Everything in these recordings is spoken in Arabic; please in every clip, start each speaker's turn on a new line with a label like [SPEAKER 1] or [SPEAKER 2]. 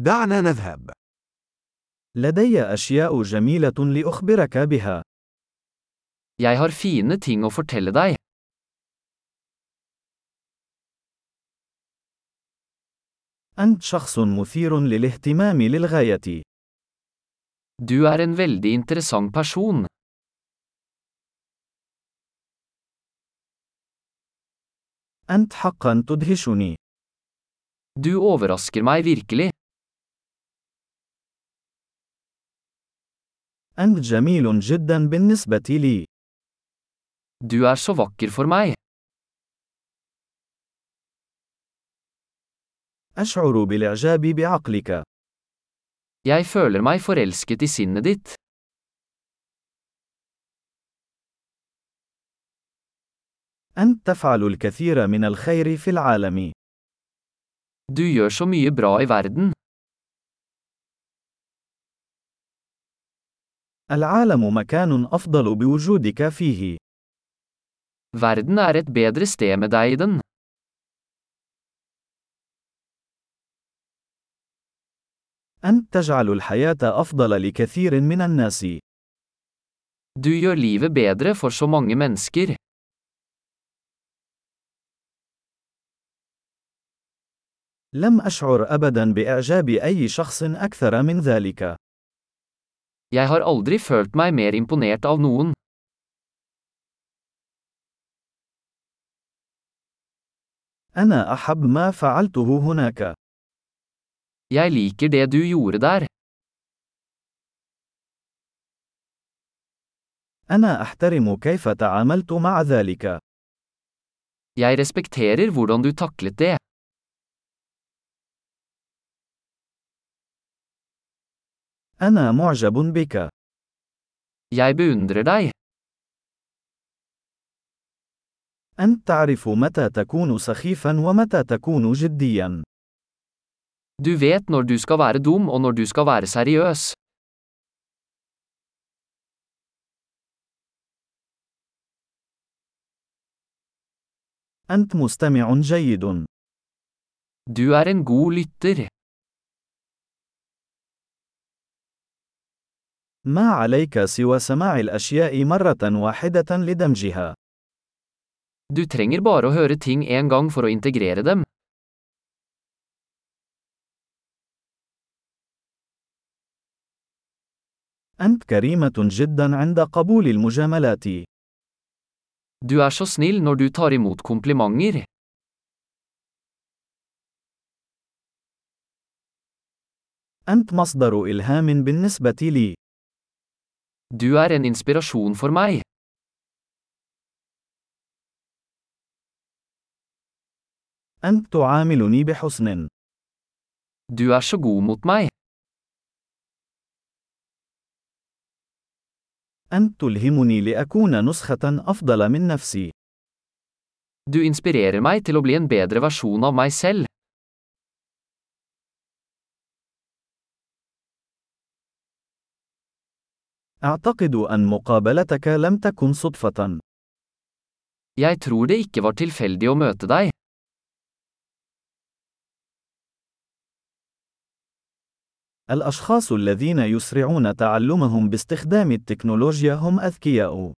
[SPEAKER 1] دعنا نذهب.
[SPEAKER 2] لدي أشياء جميلة لأخبرك بها.
[SPEAKER 3] Jeg har fine ting å fortelle deg.
[SPEAKER 2] أنت شخص مثير للاهتمام للغاية.
[SPEAKER 3] Du er en veldig interessant person.
[SPEAKER 2] أنت حقا تدهشني.
[SPEAKER 3] Du overrasker meg virkelig.
[SPEAKER 2] أنت جميل جدا بالنسبة لي.
[SPEAKER 3] Du er så vakker for meg.
[SPEAKER 2] أشعر بالإعجاب بعقلك.
[SPEAKER 3] Jeg føler meg forelsket i sinnet ditt.
[SPEAKER 2] أنت تفعل الكثير من الخير في العالم.
[SPEAKER 3] Du gjør så mye bra i verden.
[SPEAKER 2] العالم مكان أفضل بوجودك فيه.
[SPEAKER 3] Verden er et bedre sted med deg i den.
[SPEAKER 2] أنت تجعل الحياة أفضل لكثير من الناس.
[SPEAKER 3] Du gjør livet bedre for så mange mennesker.
[SPEAKER 2] لم أشعر أبدا بإعجاب أي شخص أكثر من ذلك.
[SPEAKER 3] Jeg har aldri følt meg mer imponert av noen.
[SPEAKER 2] أنا أحب ما فعلته هناك.
[SPEAKER 3] Jeg liker det du gjorde der.
[SPEAKER 2] أنا أحترم كيف تعاملت مع ذلك.
[SPEAKER 3] Jeg respekterer hvordan du taklet det.
[SPEAKER 2] أنا معجب بك.
[SPEAKER 3] Jeg beundrer deg.
[SPEAKER 2] أنت تعرف متى تكون سخيفا ومتى تكون جديا.
[SPEAKER 3] Du vet når du skal være dum og når du skal være seriøs.
[SPEAKER 2] أنت مستمع جيد.
[SPEAKER 3] Du er en god lytter.
[SPEAKER 2] ما عليك سوى سماع الأشياء مرة واحدة لدمجها.
[SPEAKER 3] Du trenger bare å høre ting en gang for å integrere dem.
[SPEAKER 2] أنت كريمة جدا عند قبول المجاملات.
[SPEAKER 3] Du er så snill når du tar imot komplimenter.
[SPEAKER 2] أنت مصدر إلهام بالنسبة لي.
[SPEAKER 3] Du er en inspirasjon for meg.
[SPEAKER 2] أنت تعاملني بحسن.
[SPEAKER 3] Du er så god mot meg.
[SPEAKER 2] أنت تلهمني لأكون نسخة أفضل من نفسي.
[SPEAKER 3] Du inspirerer meg til å bli en bedre versjon av meg selv.
[SPEAKER 2] أعتقد أن مقابلتك لم تكن صدفة.
[SPEAKER 3] Jeg tror det ikke var tilfeldig å møte deg.
[SPEAKER 2] الأشخاص الذين يسرعون تعلمهم باستخدام التكنولوجيا هم أذكياء.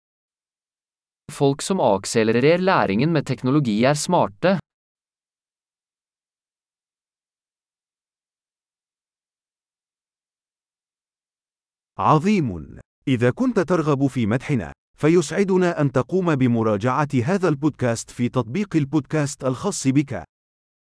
[SPEAKER 3] Folk som akselererer læringen med teknologi er smarte.
[SPEAKER 1] عظيم! إذا كنت ترغب في مدحنا، فيسعدنا أن تقوم بمراجعة هذا البودكاست في تطبيق البودكاست الخاص بك.